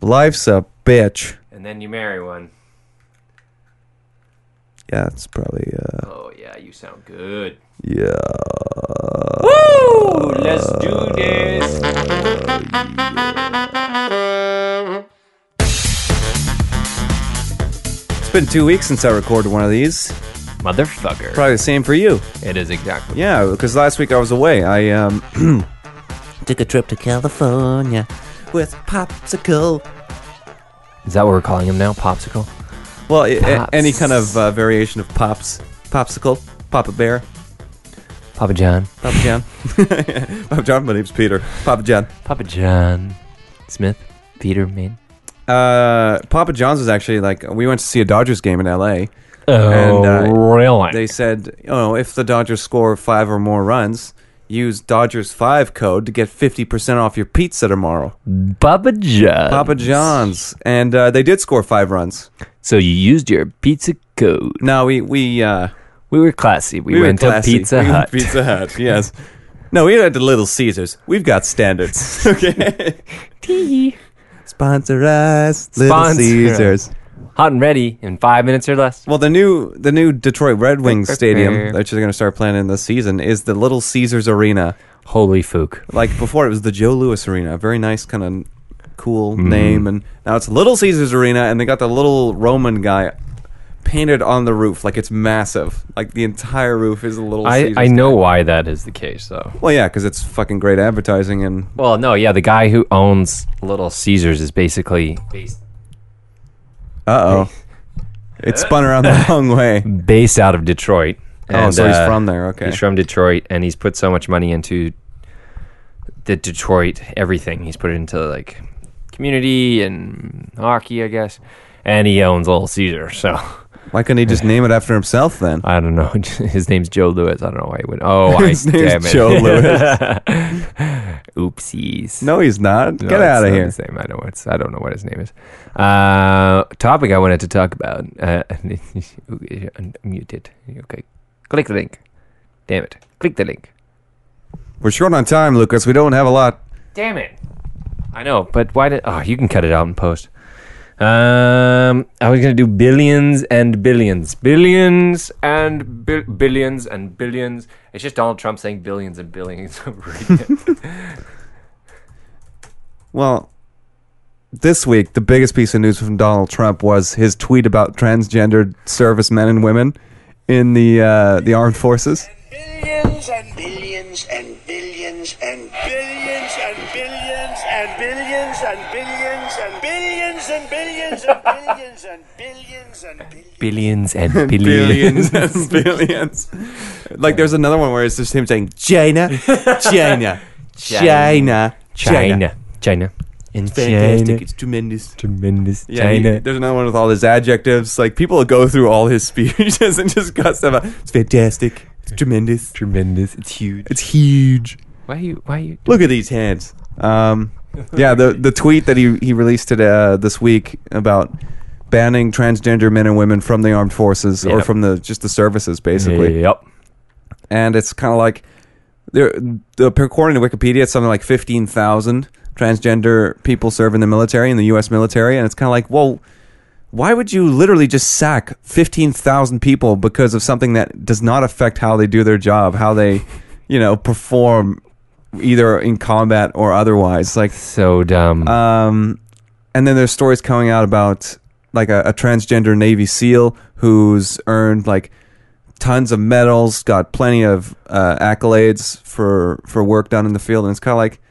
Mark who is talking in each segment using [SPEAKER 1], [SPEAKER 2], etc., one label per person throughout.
[SPEAKER 1] Life's a bitch.
[SPEAKER 2] and then you marry one.
[SPEAKER 1] Yeah, it's probably uh
[SPEAKER 2] Oh yeah, you sound good.
[SPEAKER 1] yeah.
[SPEAKER 2] Uh, Woo! Let's do this.
[SPEAKER 1] It's been two weeks since I recorded one of these.
[SPEAKER 2] Motherfucker.
[SPEAKER 1] Probably the same for you.
[SPEAKER 2] It is exactly.
[SPEAKER 1] Yeah, because last week I was away. I um
[SPEAKER 3] Took a trip to California with popsicle.
[SPEAKER 2] Is that what we're calling him now? Popsicle?
[SPEAKER 1] well a- a-
[SPEAKER 2] Pops.
[SPEAKER 1] any kind of uh, variation of pops, popsicle, Papa Bear,
[SPEAKER 2] Papa John.
[SPEAKER 1] Papa John, Papa John. My name's Peter. Papa John.
[SPEAKER 2] Papa John. Smith. Peter Main.
[SPEAKER 1] Uh, Papa John's was actually like we went to see a Dodgers game in L.A.
[SPEAKER 2] Oh,
[SPEAKER 1] And, uh,
[SPEAKER 2] really?
[SPEAKER 1] They said, oh, if the Dodgers score five or more runs, use Dodgers five code to get fifty percent off your pizza tomorrow.
[SPEAKER 2] Papa John.
[SPEAKER 1] Papa John's, and uh, they did score five runs.
[SPEAKER 2] So you used your pizza code.
[SPEAKER 1] No, we we uh,
[SPEAKER 2] We were classy. We,
[SPEAKER 1] were
[SPEAKER 2] went
[SPEAKER 1] classy.
[SPEAKER 2] to Pizza
[SPEAKER 1] We went
[SPEAKER 2] Hut.
[SPEAKER 1] to Pizza Hut, yes. No, we went to Little Caesars. We've got standards. okay. Sponsor us, Little
[SPEAKER 2] Sponsor us.
[SPEAKER 1] Caesars.
[SPEAKER 2] Hot and ready in five minutes or less.
[SPEAKER 1] Well, the new the new Detroit Red Wings stadium
[SPEAKER 2] Prepare.
[SPEAKER 1] that they're going to start playing in this season is the Little Caesars Arena.
[SPEAKER 2] Holy fook.
[SPEAKER 1] Like before, it was the Joe Louis Arena. Very nice, kind of cool
[SPEAKER 2] Mm-hmm.
[SPEAKER 1] name, and now it's Little Caesars Arena, and they got the little Roman guy painted on the roof. Like it's massive. Like the entire roof is a Little
[SPEAKER 2] I,
[SPEAKER 1] Caesars.
[SPEAKER 2] I know why that is the case, though.
[SPEAKER 1] Well, yeah, because it's fucking great advertising, and
[SPEAKER 2] Well, no, yeah, the guy who owns Little Caesars is basically based,
[SPEAKER 1] uh oh, it spun around the wrong way.
[SPEAKER 2] based out of Detroit.
[SPEAKER 1] oh,
[SPEAKER 2] And,
[SPEAKER 1] so he's
[SPEAKER 2] uh,
[SPEAKER 1] from there. Okay.
[SPEAKER 2] He's from Detroit, and he's put so much money into the Detroit everything. He's put it into like community and hockey, I guess. And he owns Little Caesar, so
[SPEAKER 1] Why couldn't he just name it after himself then?
[SPEAKER 2] I don't know. His name's Joe Lewis. I don't know why he would. Oh, I
[SPEAKER 1] His name's
[SPEAKER 2] damn it.
[SPEAKER 1] Joe
[SPEAKER 2] Oopsies.
[SPEAKER 1] No, he's not.
[SPEAKER 2] No,
[SPEAKER 1] Get
[SPEAKER 2] it's
[SPEAKER 1] out of
[SPEAKER 2] not
[SPEAKER 1] here.
[SPEAKER 2] His name. I know it's. I don't know what his name is. Uh, topic I wanted to talk about. Uh, unmuted. Okay, click the link. Damn it! Click the link.
[SPEAKER 1] We're short on time, Lucas. We don't have a lot.
[SPEAKER 2] Damn it. I know, but why did. Oh, you can cut it out in post. Um, I was going to do billions and billions. Billions and bi- billions and billions. It's just Donald Trump saying billions and billions over again.
[SPEAKER 1] Well, this week the biggest piece of news from Donald Trump was his tweet about transgendered servicemen and women in the uh, the armed forces.
[SPEAKER 4] Billions and billions and billions and billions and billions and billions and billions and billions and billions and billions and billions and billions.
[SPEAKER 2] billions and billions.
[SPEAKER 1] and billions. Like there's another one where it's just him saying China, China, China,
[SPEAKER 2] China. China. In China.
[SPEAKER 1] It's tremendous.
[SPEAKER 2] Tremendous
[SPEAKER 1] Yeah, he-
[SPEAKER 2] China.
[SPEAKER 1] there's another one with all his adjectives. Like people go through all his speeches and just cut stuff out. It's fantastic. It's tremendous.
[SPEAKER 2] Tremendous. It's huge.
[SPEAKER 1] It's huge.
[SPEAKER 2] Why you? Why you?
[SPEAKER 1] Look at these hands. Um, yeah, the the tweet that he he released today, uh, this week about banning transgender men and women from the armed forces or
[SPEAKER 2] Yep.
[SPEAKER 1] from the just the services basically,
[SPEAKER 2] Yep.
[SPEAKER 1] and it's kind of like there. The, according to Wikipedia, it's something like fifteen thousand transgender people serve in the military in the U.S. military, and it's kind of like, well, why would you literally just sack fifteen thousand people because of something that does not affect how they do their job, how they, you know, perform either in combat or otherwise? Like,
[SPEAKER 2] So dumb.
[SPEAKER 1] um, and then there's stories coming out about like a, a transgender Navy SEAL who's earned like tons of medals, got plenty of uh, accolades for for work done in the field, and it's kind of like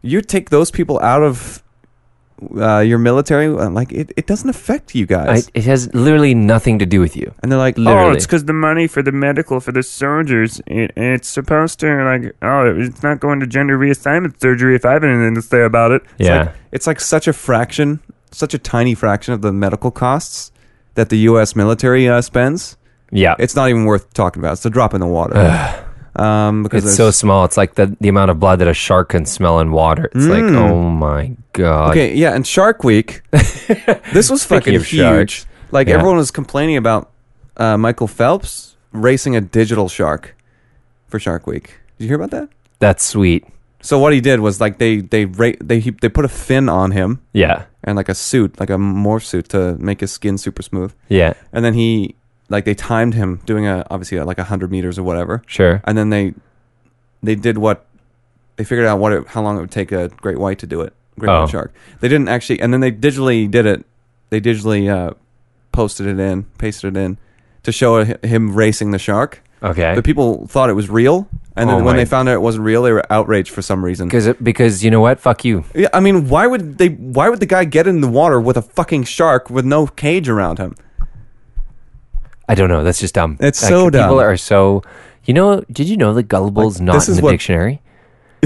[SPEAKER 1] you take those people out of uh, your military, uh, like it, it doesn't affect you
[SPEAKER 2] I,
[SPEAKER 1] guys.
[SPEAKER 2] it has literally nothing to do with you.
[SPEAKER 1] and they're like,
[SPEAKER 2] Literally.
[SPEAKER 5] Oh, it's because the money for the medical for the soldiers, it, it's supposed to like oh, it's not going to gender reassignment surgery if I have anything to say about it.
[SPEAKER 1] It's Like, it's like such a fraction, such a tiny fraction of the medical costs that the U.S. military uh, spends.
[SPEAKER 2] yeah.
[SPEAKER 1] It's not even worth talking about. It's a drop in the water. um, because
[SPEAKER 2] It's so
[SPEAKER 1] there's-
[SPEAKER 2] small. It's like the, the amount of blood that a shark can smell in water. It's like, oh my god.
[SPEAKER 1] okay. Yeah, and Shark Week, this was fucking
[SPEAKER 2] Speaking of
[SPEAKER 1] huge.
[SPEAKER 2] sharks,
[SPEAKER 1] Like
[SPEAKER 2] yeah.
[SPEAKER 1] everyone was complaining about uh, Michael Phelps racing a digital shark for Shark Week. Did you hear about that?
[SPEAKER 2] That's sweet.
[SPEAKER 1] So what he did was like they they ra- they he, they put a fin on him
[SPEAKER 2] Yeah.
[SPEAKER 1] and like a suit, like a morph suit to make his skin super smooth.
[SPEAKER 2] Yeah,
[SPEAKER 1] And then he, like, they timed him doing a obviously uh, like a hundred meters or whatever.
[SPEAKER 2] sure.
[SPEAKER 1] And then they, they did what, they figured out what it, how long it would take a great white to do it, great
[SPEAKER 2] Oh.
[SPEAKER 1] white shark. They didn't actually, and then they digitally did it. They digitally uh, posted it in, pasted it in, to show hi- him racing the shark.
[SPEAKER 2] Okay.
[SPEAKER 1] But people thought it was real, and
[SPEAKER 2] Oh
[SPEAKER 1] then when they
[SPEAKER 2] my-
[SPEAKER 1] found out it wasn't real, they were outraged for some reason.
[SPEAKER 2] Because because you know what? Fuck you.
[SPEAKER 1] Yeah, I mean, why would they? Why would the guy get in the water with a fucking shark with no cage around him?
[SPEAKER 2] I don't know. That's just dumb.
[SPEAKER 1] It's so dumb.
[SPEAKER 2] People are so. You know? Did you know that gullible's
[SPEAKER 1] Like,
[SPEAKER 2] not
[SPEAKER 1] this
[SPEAKER 2] in
[SPEAKER 1] is
[SPEAKER 2] the
[SPEAKER 1] what-
[SPEAKER 2] dictionary?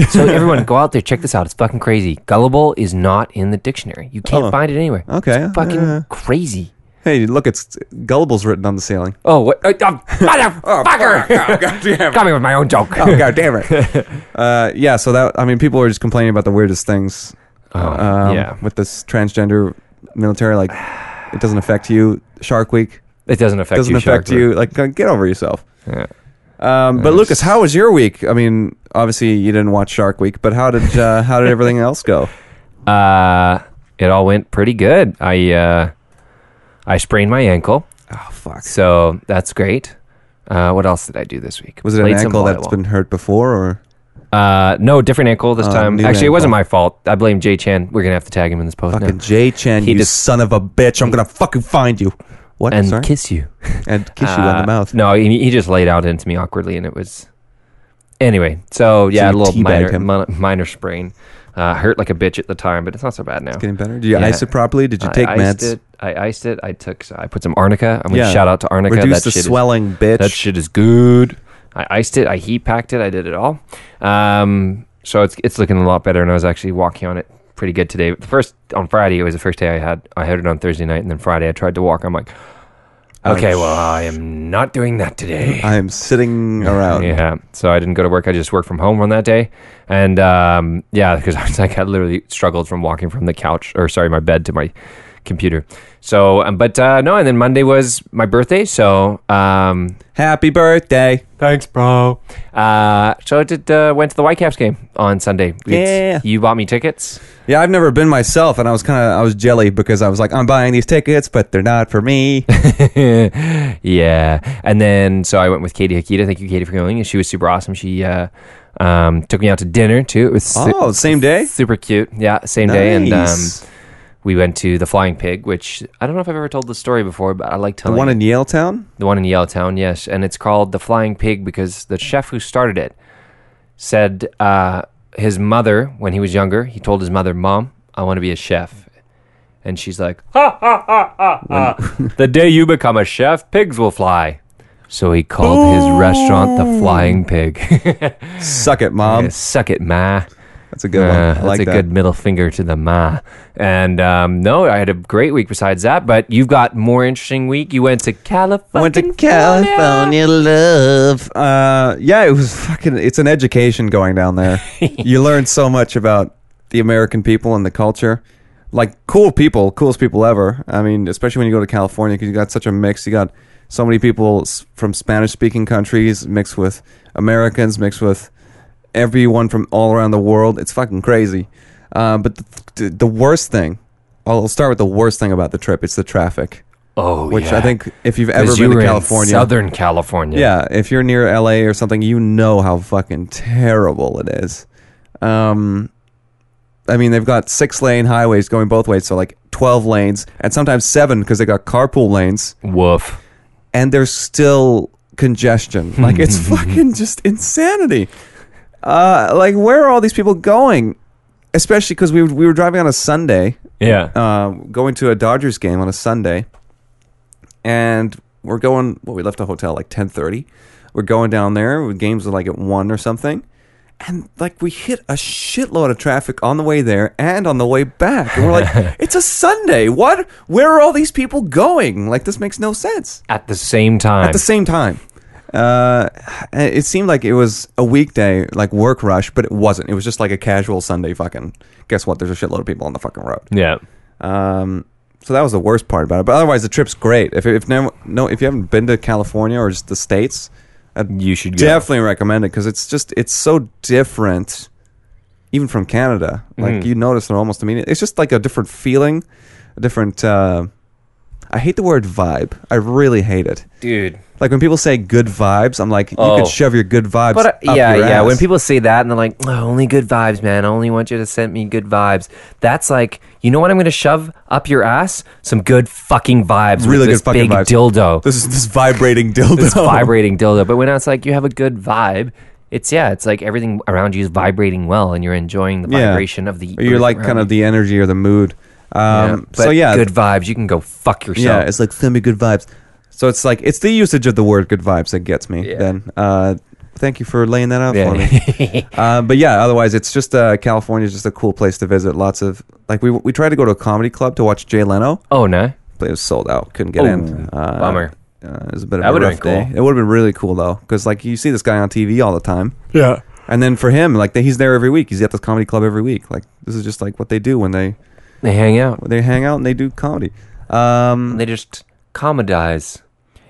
[SPEAKER 2] so everyone, go out there, check this out. It's fucking crazy. Gullible is not in the dictionary. You can't
[SPEAKER 1] Oh.
[SPEAKER 2] find it anywhere.
[SPEAKER 1] Okay, Uh.
[SPEAKER 2] It's fucking
[SPEAKER 1] yeah.
[SPEAKER 2] crazy.
[SPEAKER 1] Hey, look, it's gullible's written on the ceiling.
[SPEAKER 2] Oh, what? Uh, um, motherfucker!
[SPEAKER 1] God damn
[SPEAKER 2] Got me with my own joke.
[SPEAKER 1] Oh god damn it! uh, yeah, so that I mean, people were just complaining about the weirdest things. um,
[SPEAKER 2] Oh, yeah.
[SPEAKER 1] with this transgender military, like it doesn't affect you. Shark Week
[SPEAKER 2] It doesn't affect
[SPEAKER 1] doesn't
[SPEAKER 2] you.
[SPEAKER 1] affect
[SPEAKER 2] Sharper.
[SPEAKER 1] you. Like, uh, get over yourself.
[SPEAKER 2] Yeah.
[SPEAKER 1] Um, but Lucas, how was your week? I mean, obviously you didn't watch Shark Week, but how did uh, how did everything else go?
[SPEAKER 2] Uh, it all went pretty good. I uh, I sprained my ankle,
[SPEAKER 1] Oh fuck!
[SPEAKER 2] so that's great. Uh, what else did I do this week?
[SPEAKER 1] Was it
[SPEAKER 2] Played
[SPEAKER 1] an
[SPEAKER 2] some
[SPEAKER 1] ankle that's
[SPEAKER 2] volleyball.
[SPEAKER 1] been hurt before, or
[SPEAKER 2] Uh, no, different ankle this
[SPEAKER 1] Oh,
[SPEAKER 2] time.
[SPEAKER 1] new
[SPEAKER 2] Actually, it wasn't
[SPEAKER 1] ankle.
[SPEAKER 2] my fault. I blame Jay Chan. We're gonna have to tag him in this post now.
[SPEAKER 1] fucking Jay Chen?
[SPEAKER 2] He
[SPEAKER 1] you
[SPEAKER 2] just-
[SPEAKER 1] son of a bitch! I'm gonna fucking find you. What?
[SPEAKER 2] and
[SPEAKER 1] Sorry?
[SPEAKER 2] kiss you.
[SPEAKER 1] and kiss you on
[SPEAKER 2] Uh,
[SPEAKER 1] the mouth.
[SPEAKER 2] No, he, he just laid out into me awkwardly, and it was. Anyway, so yeah,
[SPEAKER 1] you
[SPEAKER 2] a little
[SPEAKER 1] teabagged
[SPEAKER 2] minor
[SPEAKER 1] him.
[SPEAKER 2] mon- minor sprain. Uh, hurt like a bitch at the time, but it's not so bad now.
[SPEAKER 1] Getting better? Did you
[SPEAKER 2] Yeah.
[SPEAKER 1] ice it properly? Did you
[SPEAKER 2] I
[SPEAKER 1] take
[SPEAKER 2] iced
[SPEAKER 1] meds?
[SPEAKER 2] It. I iced it. I took. I put some arnica. I'm
[SPEAKER 1] Yeah.
[SPEAKER 2] gonna shout out to arnica.
[SPEAKER 1] Reduce
[SPEAKER 2] that
[SPEAKER 1] the
[SPEAKER 2] shit is-
[SPEAKER 1] swelling, bitch.
[SPEAKER 2] that shit is good. I iced it. I heat packed it. I did it all. Um, so it's it's looking a lot better, and I was actually walking on it pretty good today. The first on Friday, it was the first day I had. I had it on Thursday night, and then Friday I tried to walk. I'm like, okay, well, I am not doing that today.
[SPEAKER 1] I'm sitting around.
[SPEAKER 2] Yeah. So I didn't go to work. I just worked from home on that day. And um, yeah, because I was like, I literally struggled from walking from the couch or sorry, my bed to my computer. So, um, but uh, no, and then Monday was my birthday. So, um,
[SPEAKER 1] Happy birthday!
[SPEAKER 2] thanks, bro. Uh, so I did, uh, went to the Whitecaps game on Sunday.
[SPEAKER 1] Yeah.
[SPEAKER 2] You bought me tickets.
[SPEAKER 1] Yeah, I've never been myself, and I was kind of I was jelly because I was like, I'm buying these tickets, but they're not for me.
[SPEAKER 2] yeah. And then so I went with Katie Hakita. Thank you, Katie, for going. And she was super awesome. She uh, um, took me out to dinner too. It was su-
[SPEAKER 1] Oh, same day?
[SPEAKER 2] Super cute. Yeah, same day. And um,
[SPEAKER 1] Nice.
[SPEAKER 2] we went to the Flying Pig, which I don't know if I've ever told the story before, but I like
[SPEAKER 1] the
[SPEAKER 2] telling
[SPEAKER 1] one
[SPEAKER 2] it.
[SPEAKER 1] in Yale Town.
[SPEAKER 2] the one in Yellowtown. Yes, and it's called the Flying Pig because the chef who started it said uh, his mother when he was younger. He told his mother, "Mom, I want to be a chef." And she's like, ha, ha, ha, ha, ha. the day you become a chef, pigs will fly. So he called his restaurant the Flying Pig.
[SPEAKER 1] Suck it, mom.
[SPEAKER 2] Suck it, ma.
[SPEAKER 1] That's a Um, good
[SPEAKER 2] Uh,
[SPEAKER 1] one. I
[SPEAKER 2] that's
[SPEAKER 1] like
[SPEAKER 2] a
[SPEAKER 1] that.
[SPEAKER 2] good middle finger to the ma. And um, no, I had a great week besides that, but you've got more interesting week. You went to California.
[SPEAKER 1] went to California, love. Uh, yeah, it was fucking. It's an education going down there. you learn so much about the American people and the culture. Like cool people, coolest people ever. I mean, especially when you go to California because you got such a mix. You got so many people s- from Spanish-speaking countries mixed with Americans, mixed with everyone from all around the world. It's fucking crazy. Uh, but the, the worst thing, I'll start with the worst thing about the trip. It's the traffic,
[SPEAKER 2] Oh,
[SPEAKER 1] which
[SPEAKER 2] yeah.
[SPEAKER 1] I think if you've
[SPEAKER 2] 'Cause
[SPEAKER 1] ever been
[SPEAKER 2] you were
[SPEAKER 1] to
[SPEAKER 2] in
[SPEAKER 1] California,
[SPEAKER 2] Southern California.
[SPEAKER 1] yeah, if you're near LA or something, you know how fucking terrible it is. Um, I mean, they've got six lane highways going both ways, so like 12 lanes, and sometimes seven because they got carpool lanes,
[SPEAKER 2] Woof.
[SPEAKER 1] and there's still congestion. Like, it's fucking just insanity. Uh, like, where are all these people going? Especially because we, were- we were driving on a Sunday
[SPEAKER 2] Yeah. Um,
[SPEAKER 1] uh, going to a Dodgers game on a Sunday, and we're going. Well, we left the hotel like ten thirty. We're going down there. The Games are like at one or something, and like we hit a shitload of traffic on the way there and on the way back. And we're like, it's a Sunday. What? Where are all these people going? Like this makes no sense.
[SPEAKER 2] At the same time.
[SPEAKER 1] At the same time. Uh, it seemed like it was a weekday, like work rush, but it wasn't. It was just like a casual Sunday. Fucking guess what? There's a shitload of people on the fucking road.
[SPEAKER 2] yeah.
[SPEAKER 1] Um, so that was the worst part about it. But otherwise, the trip's great. If if never, no, if you haven't been to California or just the states, I'd
[SPEAKER 2] You should go.
[SPEAKER 1] definitely recommend it because it's just it's so different even from Canada. Like
[SPEAKER 2] Mm.
[SPEAKER 1] you notice it almost immediately. It's just like a different feeling, a different. Uh, I hate the word vibe. I really hate it.
[SPEAKER 2] dude.
[SPEAKER 1] Like when people say good vibes, I'm like, you
[SPEAKER 2] Oh.
[SPEAKER 1] could shove your good vibes.
[SPEAKER 2] But uh,
[SPEAKER 1] up
[SPEAKER 2] yeah,
[SPEAKER 1] your
[SPEAKER 2] yeah.
[SPEAKER 1] ass.
[SPEAKER 2] When people say that and they're like, "Oh, "Only good vibes, man. I only want you to send me good vibes." That's like, you know what? I'm going to shove up your ass some good fucking vibes.
[SPEAKER 1] Really
[SPEAKER 2] with this
[SPEAKER 1] good fucking
[SPEAKER 2] big
[SPEAKER 1] vibes.
[SPEAKER 2] dildo.
[SPEAKER 1] this is this vibrating dildo,
[SPEAKER 2] this vibrating dildo. But when it's like you have a good vibe, it's yeah, it's like everything around you is vibrating well, and you're enjoying the
[SPEAKER 1] Yeah.
[SPEAKER 2] vibration of the.
[SPEAKER 1] Or you're
[SPEAKER 2] earth
[SPEAKER 1] like
[SPEAKER 2] around
[SPEAKER 1] kind of
[SPEAKER 2] you.
[SPEAKER 1] the energy or the mood. Um,
[SPEAKER 2] but
[SPEAKER 1] so yeah,
[SPEAKER 2] good vibes. You can go fuck
[SPEAKER 1] yeah,
[SPEAKER 2] yourself.
[SPEAKER 1] it's like send me good vibes. So it's like it's the usage of the word good vibes that gets me.
[SPEAKER 2] Yeah.
[SPEAKER 1] Then uh, thank you for laying that out for me.
[SPEAKER 2] Yeah.
[SPEAKER 1] Uh, but yeah, otherwise it's just uh, California is just a cool place to visit. Lots of like we we tried to go to a comedy club to watch Jay Leno,
[SPEAKER 2] oh no.
[SPEAKER 1] but it was sold out. Couldn't get
[SPEAKER 2] Oh,
[SPEAKER 1] in. Uh,
[SPEAKER 2] bummer.
[SPEAKER 1] Uh, it was a bit of
[SPEAKER 2] That
[SPEAKER 1] a
[SPEAKER 2] would've
[SPEAKER 1] rough
[SPEAKER 2] been
[SPEAKER 1] day.
[SPEAKER 2] cool.
[SPEAKER 1] It would have been really cool though, because like you see this guy on TV all the time,
[SPEAKER 5] Yeah.
[SPEAKER 1] and then for him, like he's there every week. He's at this comedy club every week. Like this is just like what they do when they
[SPEAKER 2] They hang out.
[SPEAKER 1] they hang out and they do comedy. Um,
[SPEAKER 2] they just comedize.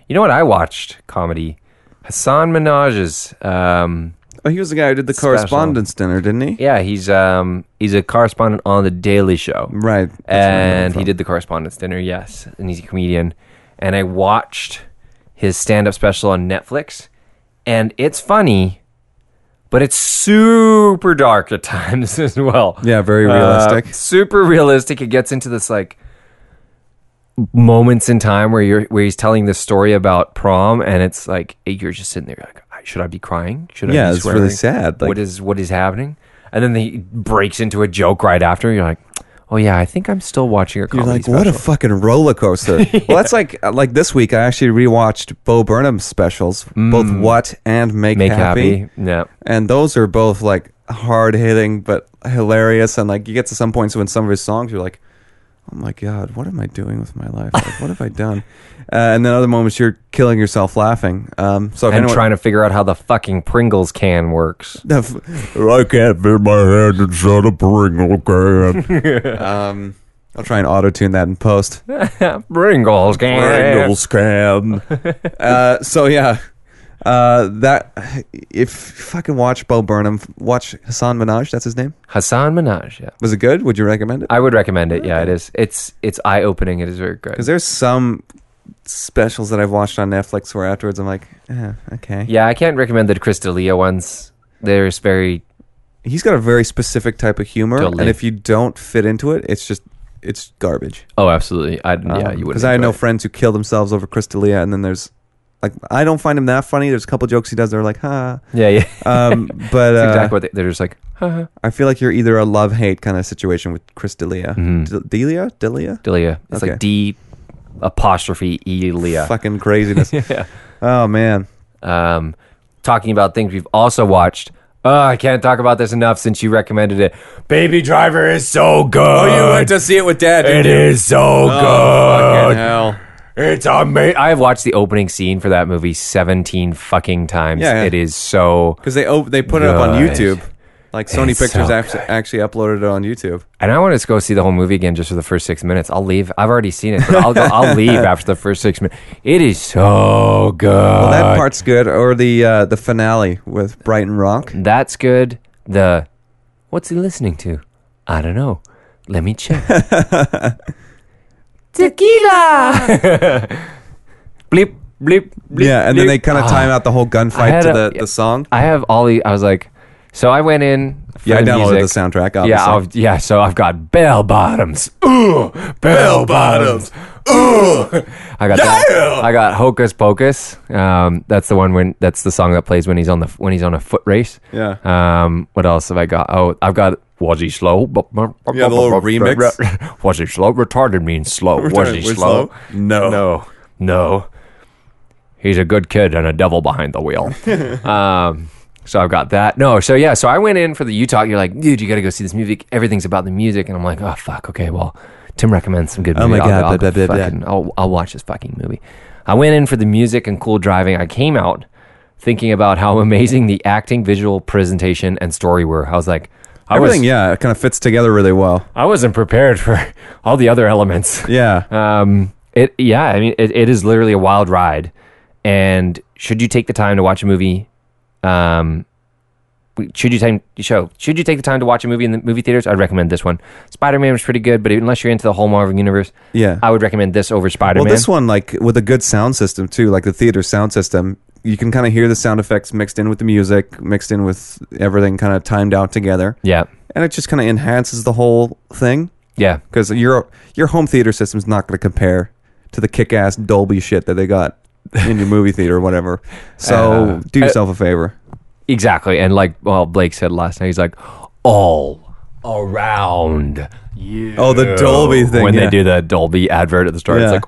[SPEAKER 2] You know what I watched comedy? Hassan Minaj's. Um,
[SPEAKER 1] oh, he was the guy who did the
[SPEAKER 2] Special.
[SPEAKER 1] correspondence dinner, didn't he?
[SPEAKER 2] yeah, he's um, he's a correspondent on the Daily Show,
[SPEAKER 1] Right. That's where I know him
[SPEAKER 2] and he
[SPEAKER 1] from.
[SPEAKER 2] did the correspondence dinner. Yes, and he's a comedian. And I watched his stand-up special on Netflix, and it's funny, but it's super dark at times as well.
[SPEAKER 1] Yeah, very
[SPEAKER 2] Uh,
[SPEAKER 1] realistic.
[SPEAKER 2] super realistic. It gets into this like moments in time where you're where he's telling this story about prom, and it's like you're just sitting there like, should I be crying? Should I?
[SPEAKER 1] Yeah,
[SPEAKER 2] be
[SPEAKER 1] it's really
[SPEAKER 2] swearing?
[SPEAKER 1] sad, like-
[SPEAKER 2] what is what is happening? And then he breaks into a joke right after. and You're like, oh yeah, I think I'm still watching a
[SPEAKER 1] You're
[SPEAKER 2] comedy
[SPEAKER 1] like,
[SPEAKER 2] special.
[SPEAKER 1] what a fucking roller coaster. Well, that's like uh, like this week. I actually rewatched Bo Burnham's specials, both What and Make,
[SPEAKER 2] Mm. make
[SPEAKER 1] Happy.
[SPEAKER 2] happy. Yeah.
[SPEAKER 1] and those are both like hard hitting but hilarious. And like you get to some points when some of his songs, you're like, oh my god, what am I doing with my life? Like, what have I done? Uh, and then other moments, you're killing yourself laughing. Um, so if
[SPEAKER 2] And
[SPEAKER 1] anyone,
[SPEAKER 2] trying to figure out how the fucking Pringles can works.
[SPEAKER 1] I can't fit my hand inside a Pringle can. um, I'll try and auto tune that in post.
[SPEAKER 2] Pringles can.
[SPEAKER 1] scam. uh, so yeah, uh, that if fucking watch Bo Burnham, watch Hassan Minaj. That's his name.
[SPEAKER 2] Hassan Minaj. Yeah.
[SPEAKER 1] Was it good? Would you recommend it?
[SPEAKER 2] I would recommend it. Yeah, it is. It's it's eye opening. It is very good.
[SPEAKER 1] Because there's some specials that I've watched on Netflix where afterwards I'm like, eh, okay.
[SPEAKER 2] Yeah, I can't recommend the Chris D'Elia ones. There's very
[SPEAKER 1] He's got a very specific type of humor,
[SPEAKER 2] Totally.
[SPEAKER 1] and if you don't fit into it, it's just it's garbage.
[SPEAKER 2] oh, absolutely. I yeah, you would
[SPEAKER 1] Because Um, I know friends who kill themselves over Chris D'Elia, and then there's like I don't find him that funny. There's a couple jokes he does that are like, ha.
[SPEAKER 2] Yeah, yeah.
[SPEAKER 1] Um, but
[SPEAKER 2] That's
[SPEAKER 1] uh,
[SPEAKER 2] exactly what they, they're just like. Haha.
[SPEAKER 1] I feel like you're either a love hate kind of situation with Chris D'Elia.
[SPEAKER 2] Mm-hmm.
[SPEAKER 1] D- D'Elia? D'Elia?
[SPEAKER 2] D'Elia. It's
[SPEAKER 1] Okay.
[SPEAKER 2] like D apostrophe E, Elia.
[SPEAKER 1] Fucking craziness.
[SPEAKER 2] uh, Yeah.
[SPEAKER 1] Oh, man.
[SPEAKER 2] Um, talking about things we've also watched. Oh, I can't talk about this enough since you recommended it. Baby Driver is so good.
[SPEAKER 1] Oh, to see it with Dad.
[SPEAKER 2] it is so good.
[SPEAKER 1] hell.
[SPEAKER 2] It's amazing. I have watched the opening scene for that movie 17 fucking times.
[SPEAKER 1] Yeah, yeah.
[SPEAKER 2] It is so
[SPEAKER 1] Because they, op- they put it up on
[SPEAKER 2] Good.
[SPEAKER 1] YouTube. Like Sony
[SPEAKER 2] It's so
[SPEAKER 1] Pictures actually, actually uploaded it on YouTube.
[SPEAKER 2] And I want to go see the whole movie again just for the first six minutes. I'll leave. I've already seen it, but I'll go. I'll leave after the first six minutes. It is so good.
[SPEAKER 1] Well, that part's good. Or the uh, the finale with Brighton Rock.
[SPEAKER 2] That's good. The what's he listening to? I don't know. Let me check. Tequila. bleep bleep. bleep
[SPEAKER 1] Yeah, and then
[SPEAKER 2] bleep.
[SPEAKER 1] they kind of
[SPEAKER 2] Ah.
[SPEAKER 1] time out the whole
[SPEAKER 2] I
[SPEAKER 1] gunfight
[SPEAKER 2] had
[SPEAKER 1] to
[SPEAKER 2] a-
[SPEAKER 1] the, the song.
[SPEAKER 2] I have all the. I was like, so I went in. for
[SPEAKER 1] Yeah, I
[SPEAKER 2] the
[SPEAKER 1] downloaded
[SPEAKER 2] music.
[SPEAKER 1] the soundtrack, obviously.
[SPEAKER 2] Yeah, I've, yeah. So I've got bell bottoms. Ooh, bell bottoms. Ooh. I got that. I got Hocus Pocus. Um, that's the one when that's the song that plays when he's on the when he's on a foot race.
[SPEAKER 1] Yeah.
[SPEAKER 2] Um, what else have I got? Oh, I've got was he slow?
[SPEAKER 1] Yeah, the little remix.
[SPEAKER 2] Was he slow? Retarded means slow. was
[SPEAKER 1] Retarded
[SPEAKER 2] he
[SPEAKER 1] was
[SPEAKER 2] slow?
[SPEAKER 1] slow? No.
[SPEAKER 2] No. No. He's a good kid and a devil behind the wheel. um, so I've got that. No, so yeah, so I went in for the Utah. You're like, dude, you got to go see this music. Everything's about the music, and I'm like, oh fuck, okay, well, Tim recommends some good.
[SPEAKER 1] Oh
[SPEAKER 2] movie.
[SPEAKER 1] my
[SPEAKER 2] I'll,
[SPEAKER 1] God,
[SPEAKER 2] I'll,
[SPEAKER 1] blah,
[SPEAKER 2] go
[SPEAKER 1] blah, blah.
[SPEAKER 2] fucking- I'll, I'll watch this fucking movie. I went in for the music and cool driving. I came out thinking about how amazing the acting, visual presentation, and story were. I was like, I
[SPEAKER 1] Everything,
[SPEAKER 2] was,
[SPEAKER 1] yeah, it kind of fits together really well.
[SPEAKER 2] I wasn't prepared for all the other elements.
[SPEAKER 1] Yeah.
[SPEAKER 2] Um, it yeah, I mean, it, it is literally a wild ride. And should you take the time to watch a movie, um, we- should you take show should you take the time to watch a movie in the movie theaters? I'd recommend this one. Spider Man was pretty good, but unless you're into the whole Marvel universe,
[SPEAKER 1] Yeah.
[SPEAKER 2] I would recommend this over Spider Man.
[SPEAKER 1] Well, this one, like with a good sound system too, like the theater sound system, you can kind of hear the sound effects mixed in with the music, mixed in with everything, kind of timed out together,
[SPEAKER 2] yeah,
[SPEAKER 1] and it just kind of enhances the whole thing
[SPEAKER 2] yeah,
[SPEAKER 1] because your your home theater system's not going to compare to the kick-ass Dolby shit that they got in your movie theater or whatever. So
[SPEAKER 2] Uh,
[SPEAKER 1] do yourself a favor.
[SPEAKER 2] exactly. And like well, Blake said last night, he's like all around.
[SPEAKER 1] Oh, the Dolby thing.
[SPEAKER 2] when
[SPEAKER 1] yeah.
[SPEAKER 2] they do the Dolby advert at the start,
[SPEAKER 1] Yeah.
[SPEAKER 2] it's like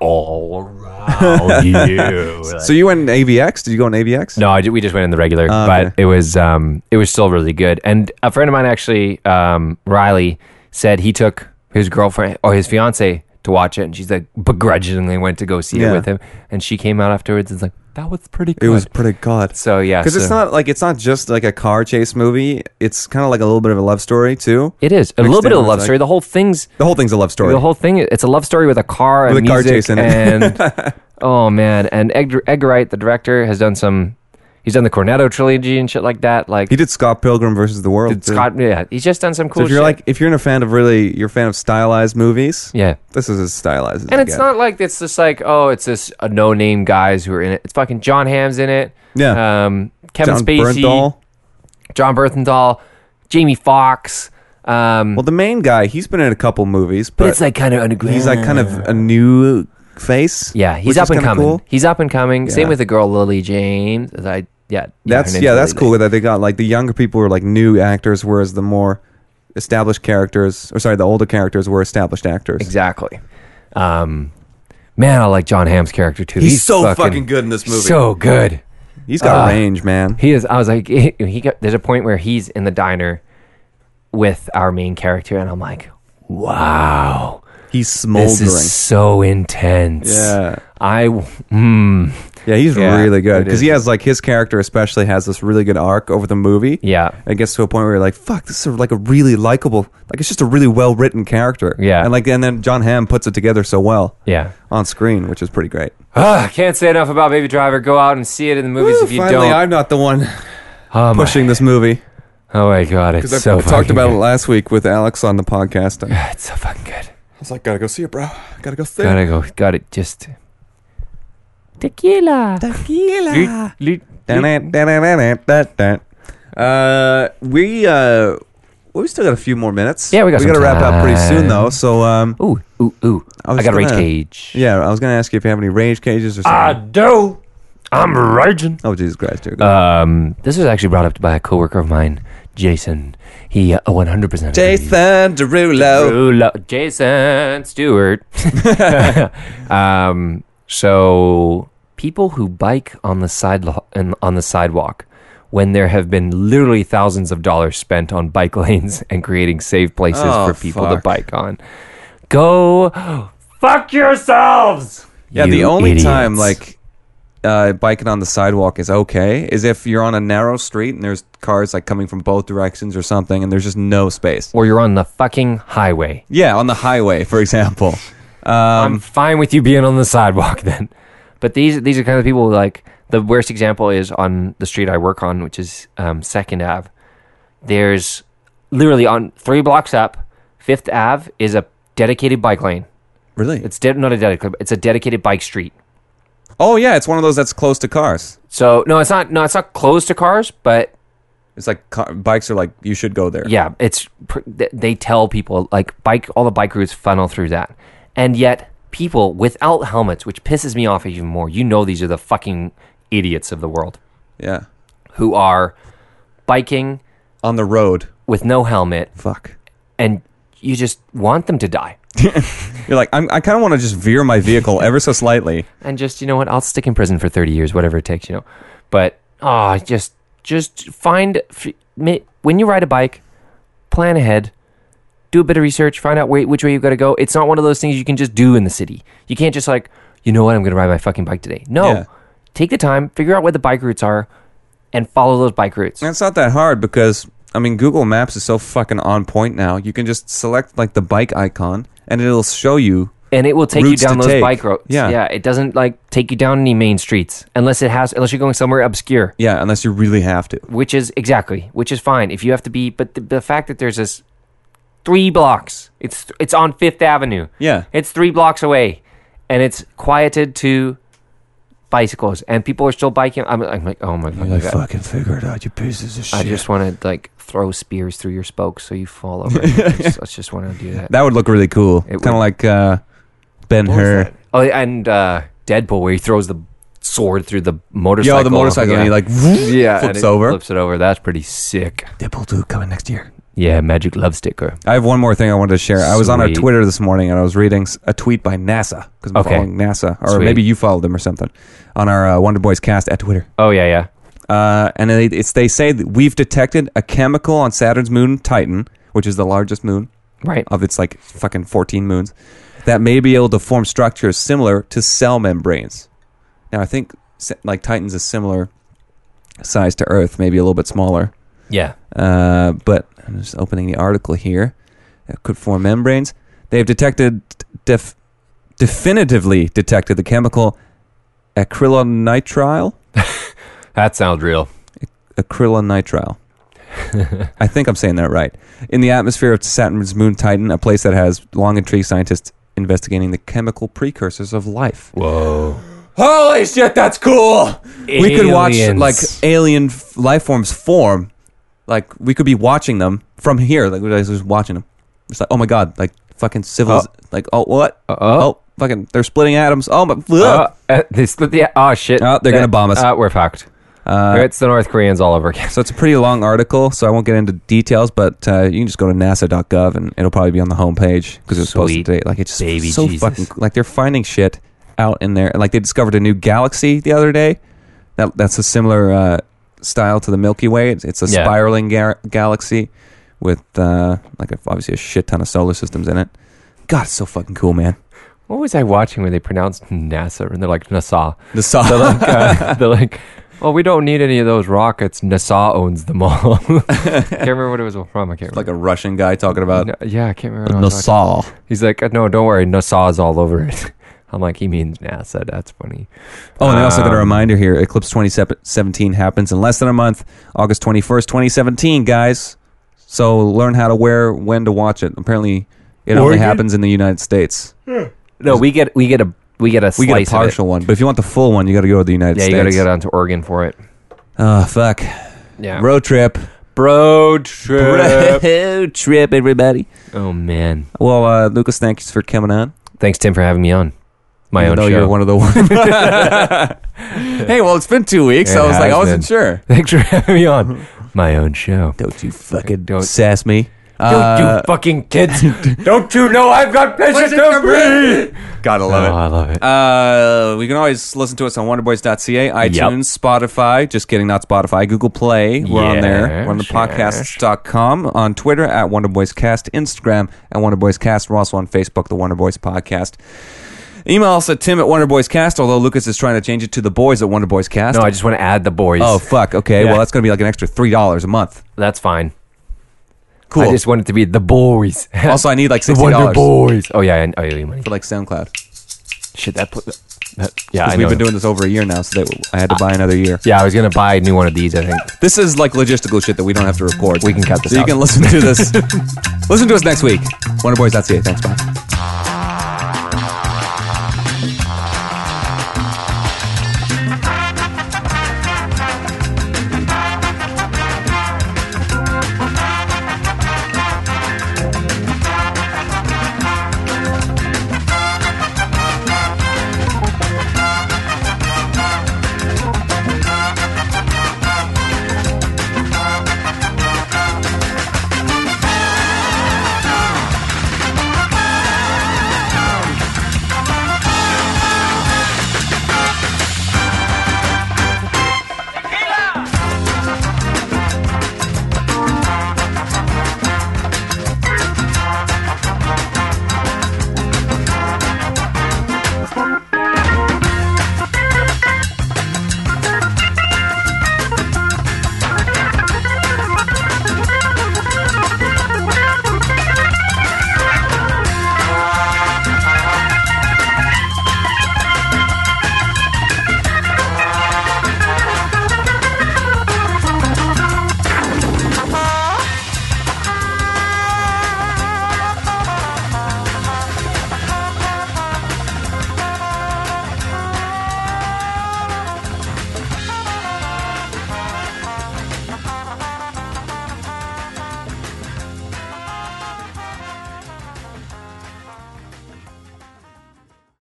[SPEAKER 2] all around you.
[SPEAKER 1] So you went in AVX? Did you go in AVX?
[SPEAKER 2] No, I ju- we just went in the regular,
[SPEAKER 1] Ah,
[SPEAKER 2] but
[SPEAKER 1] okay.
[SPEAKER 2] it was um, it was still really good. And a friend of mine actually, um, Riley, said he took his girlfriend or his fiance to watch it, and she's like begrudgingly went to go see
[SPEAKER 1] Yeah.
[SPEAKER 2] it with him, and she came out afterwards and was like, "That was pretty good."
[SPEAKER 1] It was pretty good.
[SPEAKER 2] so yeah,
[SPEAKER 1] because it's
[SPEAKER 2] so-
[SPEAKER 1] not like it's not just like a car chase movie. It's kind of like a little bit of a love story too.
[SPEAKER 2] It is a
[SPEAKER 1] Mixed
[SPEAKER 2] little
[SPEAKER 1] in
[SPEAKER 2] bit of a
[SPEAKER 1] with,
[SPEAKER 2] love
[SPEAKER 1] like-
[SPEAKER 2] story. The whole thing's
[SPEAKER 1] The whole thing's a love story.
[SPEAKER 2] the whole thing. It's a love story with a car
[SPEAKER 1] With
[SPEAKER 2] and
[SPEAKER 1] a car
[SPEAKER 2] music
[SPEAKER 1] chase in it.
[SPEAKER 2] and oh man, and Edgar, Edgar Wright, the director, has done some. He's done the Cornetto trilogy and shit like that. Like
[SPEAKER 1] he did Scott Pilgrim versus the World.
[SPEAKER 2] Dude,
[SPEAKER 1] too.
[SPEAKER 2] Scott, yeah, he's just done some
[SPEAKER 1] so
[SPEAKER 2] cool.
[SPEAKER 1] if you're
[SPEAKER 2] shit.
[SPEAKER 1] like if you're in a fan of really you're a fan of stylized movies,
[SPEAKER 2] yeah,
[SPEAKER 1] this is as stylized. As
[SPEAKER 2] and
[SPEAKER 1] it
[SPEAKER 2] it's
[SPEAKER 1] gets.
[SPEAKER 2] not like it's just like oh, it's this uh, no-name guys who are in it. It's fucking John Hamm's in it.
[SPEAKER 1] Yeah.
[SPEAKER 2] um, Kevin
[SPEAKER 1] John
[SPEAKER 2] Spacey,
[SPEAKER 1] Bernthal.
[SPEAKER 2] John Berthendahl, Jamie Fox. Um,
[SPEAKER 1] Well, the main guy, he's been in a couple movies, but,
[SPEAKER 2] but it's like kind of underground.
[SPEAKER 1] he's like kind of a new face.
[SPEAKER 2] yeah, he's
[SPEAKER 1] which
[SPEAKER 2] up
[SPEAKER 1] is
[SPEAKER 2] and
[SPEAKER 1] kinda
[SPEAKER 2] coming.
[SPEAKER 1] cool.
[SPEAKER 2] He's up and coming.
[SPEAKER 1] Yeah.
[SPEAKER 2] Same with the girl Lily James. as I yeah,
[SPEAKER 1] That's
[SPEAKER 2] her
[SPEAKER 1] yeah,
[SPEAKER 2] name's
[SPEAKER 1] that's
[SPEAKER 2] Lily
[SPEAKER 1] cool
[SPEAKER 2] James.
[SPEAKER 1] that they got like the younger people were like new actors, whereas the more established characters, or sorry, the older characters were established actors.
[SPEAKER 2] Exactly. Um, man, I like John Hamm's character too.
[SPEAKER 1] He's, so fucking, good in this movie.
[SPEAKER 2] So good.
[SPEAKER 1] he's got
[SPEAKER 2] Ah.
[SPEAKER 1] range, man.
[SPEAKER 2] He is. I was like, he, got. There's a point where he's in the diner with our main character, and I'm like, wow,
[SPEAKER 1] He's
[SPEAKER 2] this
[SPEAKER 1] smoldering.
[SPEAKER 2] is so intense.
[SPEAKER 1] Yeah.
[SPEAKER 2] I. Mm,
[SPEAKER 1] Yeah, he's
[SPEAKER 2] Yeah,
[SPEAKER 1] really good
[SPEAKER 2] it
[SPEAKER 1] because he
[SPEAKER 2] is.
[SPEAKER 1] has like his character especially has this really good arc over the movie.
[SPEAKER 2] yeah.
[SPEAKER 1] And it gets to a point where you're like, "Fuck, this is like a really likable, like it's just a really well written character."
[SPEAKER 2] Yeah.
[SPEAKER 1] and like and then John Hamm puts it together so well
[SPEAKER 2] Yeah.
[SPEAKER 1] on screen, which is pretty great.
[SPEAKER 2] Ah, can't say enough about Baby Driver. Go out and see it in the movies if you
[SPEAKER 1] finally,
[SPEAKER 2] don't.
[SPEAKER 1] I'm not the one
[SPEAKER 2] oh, my,
[SPEAKER 1] pushing this movie
[SPEAKER 2] oh my god, it's
[SPEAKER 1] because I
[SPEAKER 2] so
[SPEAKER 1] talked
[SPEAKER 2] fucking
[SPEAKER 1] about it
[SPEAKER 2] good.
[SPEAKER 1] last week with Alex on the podcast. I
[SPEAKER 2] It's so fucking good.
[SPEAKER 1] was like, "Gotta go see it, bro. Gotta go see
[SPEAKER 2] Gotta go. Got it. Just tequila. Tequila.
[SPEAKER 1] it." Uh, we uh, we still got a few more minutes.
[SPEAKER 2] Yeah, we got
[SPEAKER 1] We
[SPEAKER 2] some
[SPEAKER 1] gotta wrap up pretty soon
[SPEAKER 2] time.
[SPEAKER 1] though. So um,
[SPEAKER 2] Ooh, ooh, ooh.
[SPEAKER 1] I
[SPEAKER 2] I,
[SPEAKER 1] was
[SPEAKER 2] got a rage
[SPEAKER 1] gonna-
[SPEAKER 2] cage.
[SPEAKER 1] Yeah, I was gonna ask you if you have any rage cages or something.
[SPEAKER 2] I do. I'm raging.
[SPEAKER 1] oh Jesus Christ, here we go.
[SPEAKER 2] Um, this was actually brought up by a coworker of mine, Jason. He uh, 100% agrees.
[SPEAKER 1] Derulo.
[SPEAKER 2] Rulo- Jason Stewart. um, so people who bike on the side and on the sidewalk when there have been literally thousands of dollars spent on bike lanes and creating safe places
[SPEAKER 1] Oh,
[SPEAKER 2] for people to
[SPEAKER 1] fuck.
[SPEAKER 2] bike on. Go fuck yourselves.
[SPEAKER 1] Yeah, the
[SPEAKER 2] you
[SPEAKER 1] only
[SPEAKER 2] idiots.
[SPEAKER 1] time like uh, biking on the sidewalk is okay is if you're on a narrow street and there's cars like coming from both directions or something, and there's just no space.
[SPEAKER 2] or you're on the fucking highway.
[SPEAKER 1] Yeah, on the highway, for example.
[SPEAKER 2] I'm fine with you being on the sidewalk then. Um, But these these are kind of the people like the worst example is on the street I work on, which is um, Second Ave. There's literally on three blocks up, Fifth Ave is a dedicated bike lane.
[SPEAKER 1] Really?
[SPEAKER 2] It's de- not a dedicated, it's a dedicated bike street.
[SPEAKER 1] oh yeah, it's one of those that's close to cars.
[SPEAKER 2] So no, it's not no, it's not closed to cars, but
[SPEAKER 1] It's like car- bikes are like you should go there.
[SPEAKER 2] yeah, it's pr- th- they tell people like bike all the bike routes funnel through that, and yet people without helmets, which pisses me off even more. You know these are the fucking idiots of the world
[SPEAKER 1] yeah.
[SPEAKER 2] who are biking
[SPEAKER 1] On the road.
[SPEAKER 2] with no helmet,
[SPEAKER 1] Fuck.
[SPEAKER 2] and you just want them to die.
[SPEAKER 1] You're like I'm, I kind of want to just veer my vehicle ever so slightly.
[SPEAKER 2] And just you know what, I'll stick in prison for thirty years, whatever it takes, you know. But ah, just just find f- ma- when you ride a bike, plan ahead. Do a bit of research, find out wait, which way you got to go. It's not one of those things you can just do in the city. You can't just like, you know what, I'm going to ride my fucking bike today. No,
[SPEAKER 1] Yeah.
[SPEAKER 2] take the time, figure out where the bike routes are, and follow those bike routes.
[SPEAKER 1] It's not that hard because I mean Google Maps is so fucking on point now. You can just select like the bike icon and it'll show you
[SPEAKER 2] and it will take
[SPEAKER 1] Routes
[SPEAKER 2] you down
[SPEAKER 1] to
[SPEAKER 2] those
[SPEAKER 1] take.
[SPEAKER 2] bike roads.
[SPEAKER 1] Yeah.
[SPEAKER 2] yeah. It doesn't like take you down any main streets unless it has unless you're going somewhere obscure,
[SPEAKER 1] Yeah, unless you really have to.
[SPEAKER 2] which is exactly which is fine if you have to be. But the, the fact that there's this three blocks, it's it's on Fifth Avenue.
[SPEAKER 1] Yeah.
[SPEAKER 2] It's three blocks away, and it's quieted to bicycles, and people are still biking. I'm, I'm like, oh my god,
[SPEAKER 1] fucking figure it out, you pieces of shit.
[SPEAKER 2] I just want to like throw spears through your spokes so you fall over. I just, I just want to do that.
[SPEAKER 1] that would look really cool.
[SPEAKER 2] It
[SPEAKER 1] Kind of
[SPEAKER 2] would.
[SPEAKER 1] like uh, Ben Hur.
[SPEAKER 2] Oh, and uh, Deadpool where he throws the sword through the motorcycle.
[SPEAKER 1] Yo, the motorcycle,
[SPEAKER 2] Yeah.
[SPEAKER 1] and he like vroom,
[SPEAKER 2] yeah, and
[SPEAKER 1] flips
[SPEAKER 2] it
[SPEAKER 1] over.
[SPEAKER 2] Flips it over. That's pretty sick.
[SPEAKER 1] Dipple two coming next year.
[SPEAKER 2] Yeah, magic love sticker.
[SPEAKER 1] I have one more thing I wanted to share. I was on our
[SPEAKER 2] Sweet.
[SPEAKER 1] Twitter this morning and I was reading s- a tweet by NASA because I'm
[SPEAKER 2] Okay.
[SPEAKER 1] following NASA, or
[SPEAKER 2] Sweet.
[SPEAKER 1] maybe you followed them or something on our uh, Wonder Boys cast at Twitter.
[SPEAKER 2] Oh yeah, yeah.
[SPEAKER 1] Uh, and they, it's, they say that we've detected a chemical on Saturn's moon Titan, which is the largest moon
[SPEAKER 2] Right.
[SPEAKER 1] of its like fucking 14 moons, that may be able to form structures similar to cell membranes. Now I think s- like Titan's a similar size to Earth, maybe a little bit smaller.
[SPEAKER 2] Yeah.
[SPEAKER 1] Uh, but I'm just opening the article here. That could form membranes. They have detected, def, definitively detected the chemical acrylonitrile.
[SPEAKER 2] That sounds real.
[SPEAKER 1] Acrylonitrile. I think I'm saying that right. In the atmosphere of Saturn's moon Titan, a place that has long intrigued scientists investigating the chemical precursors of life.
[SPEAKER 2] Whoa.
[SPEAKER 1] Holy shit, that's cool! We could watch
[SPEAKER 2] Aliens.
[SPEAKER 1] like alien f- life forms form. Like we could be watching them from here. Like we're just watching them. It's like oh my god, like fucking civils. Like oh what?
[SPEAKER 2] Uh-oh.
[SPEAKER 1] oh fucking they're splitting atoms. Oh my.
[SPEAKER 2] Uh,
[SPEAKER 1] ugh.
[SPEAKER 2] uh, they split the. Oh shit.
[SPEAKER 1] Oh, they're gonna
[SPEAKER 2] That-
[SPEAKER 1] bomb us.
[SPEAKER 2] Uh, we're fucked.
[SPEAKER 1] Uh,
[SPEAKER 2] it's the North Koreans all over again.
[SPEAKER 1] so it's a pretty long article, so I won't get into details, but uh, you can just go to nasa.gov and it'll probably be on the homepage because it was posted
[SPEAKER 2] Sweet
[SPEAKER 1] today. Like it's just
[SPEAKER 2] baby
[SPEAKER 1] so
[SPEAKER 2] Jesus.
[SPEAKER 1] fucking like they're finding shit out in there. Like they discovered a new galaxy the other day. That that's a similar uh, style to the Milky Way. It's, it's a
[SPEAKER 2] Yeah.
[SPEAKER 1] spiraling ga- galaxy with uh, like a, obviously a shit ton of solar systems in it. God, it's so fucking cool, man.
[SPEAKER 2] What was I watching when they pronounced NASA and they're like NASA?
[SPEAKER 1] The saw.
[SPEAKER 2] They're like, uh, they're like, well, we don't need any of those rockets. NASA owns them all. can't remember what it was from. I can't
[SPEAKER 1] like
[SPEAKER 2] remember.
[SPEAKER 1] a Russian guy talking about
[SPEAKER 2] No, yeah, I can't remember. what I was watching.
[SPEAKER 1] Nassau.
[SPEAKER 2] He's like, uh, no, don't worry, NASA is all over it. I'm like, he means NASA. That's funny.
[SPEAKER 1] Oh, and I also got a
[SPEAKER 2] Um,
[SPEAKER 1] reminder here. Eclipse 2017 happens in less than a month, August 21st, 2017, guys. So learn how to wear, when to watch it. Apparently, it only
[SPEAKER 2] Oregon?
[SPEAKER 1] happens in the United States.
[SPEAKER 2] No, we get we get a we get a
[SPEAKER 1] We get
[SPEAKER 2] slice
[SPEAKER 1] a
[SPEAKER 2] of
[SPEAKER 1] partial one, but if you want the full one, you got to go to the
[SPEAKER 2] it.
[SPEAKER 1] United
[SPEAKER 2] Yeah,
[SPEAKER 1] States.
[SPEAKER 2] you got to get onto Oregon for it.
[SPEAKER 1] Oh, fuck.
[SPEAKER 2] Yeah,
[SPEAKER 1] Road trip.
[SPEAKER 2] bro trip.
[SPEAKER 1] Road trip, everybody.
[SPEAKER 2] oh man,
[SPEAKER 1] Well, uh, Lucas, thanks for coming on.
[SPEAKER 2] thanks Tim for having me on my
[SPEAKER 1] Even
[SPEAKER 2] own
[SPEAKER 1] though
[SPEAKER 2] show.
[SPEAKER 1] you're one of the ones. hey, well, it's been two weeks.
[SPEAKER 2] It
[SPEAKER 1] I was like,
[SPEAKER 2] has
[SPEAKER 1] I wasn't
[SPEAKER 2] been.
[SPEAKER 1] sure.
[SPEAKER 2] thanks for having me on my own show.
[SPEAKER 1] Don't you fucking
[SPEAKER 2] Don't-
[SPEAKER 1] sass me.
[SPEAKER 2] Don't
[SPEAKER 1] Uh,
[SPEAKER 2] you fucking kids! Don't you know I've got places to be?
[SPEAKER 1] Gotta
[SPEAKER 2] Oh,
[SPEAKER 1] love it.
[SPEAKER 2] I love it.
[SPEAKER 1] Uh, we can always listen to us on wonderboys.ca, iTunes, Spotify. Just kidding, not Spotify. Google Play. We're on there. We're on the
[SPEAKER 2] Yes,
[SPEAKER 1] podcasts.com, on Twitter at wonderboyscast, Instagram at wonderboyscast. We're also on Facebook, the Wonder Boys Podcast. Email us at tim at wonderboyscast, although Lucas is trying to change it to the boys at wonderboyscast.
[SPEAKER 2] No, I just want to add the boys.
[SPEAKER 1] oh, fuck. Okay.
[SPEAKER 2] Yeah.
[SPEAKER 1] Well, that's going to be like an extra $3 a month.
[SPEAKER 2] that's fine.
[SPEAKER 1] Cool.
[SPEAKER 2] I just want it to be the boys.
[SPEAKER 1] also, I need like
[SPEAKER 2] the Wonder
[SPEAKER 1] $60 for
[SPEAKER 2] Boys. Oh yeah, I, oh, yeah, money.
[SPEAKER 1] like SoundCloud.
[SPEAKER 2] Shit, that. Put, that yeah, I
[SPEAKER 1] Because
[SPEAKER 2] know.
[SPEAKER 1] we've been doing this over a year now, so they, I had to buy another year.
[SPEAKER 2] yeah, I was gonna buy a new one of these. I think
[SPEAKER 1] This is like logistical shit that we don't have to record.
[SPEAKER 2] we can cut this.
[SPEAKER 1] So you
[SPEAKER 2] out.
[SPEAKER 1] can listen to this. listen to us next week. Wonderboys.ca. Thanks, bye.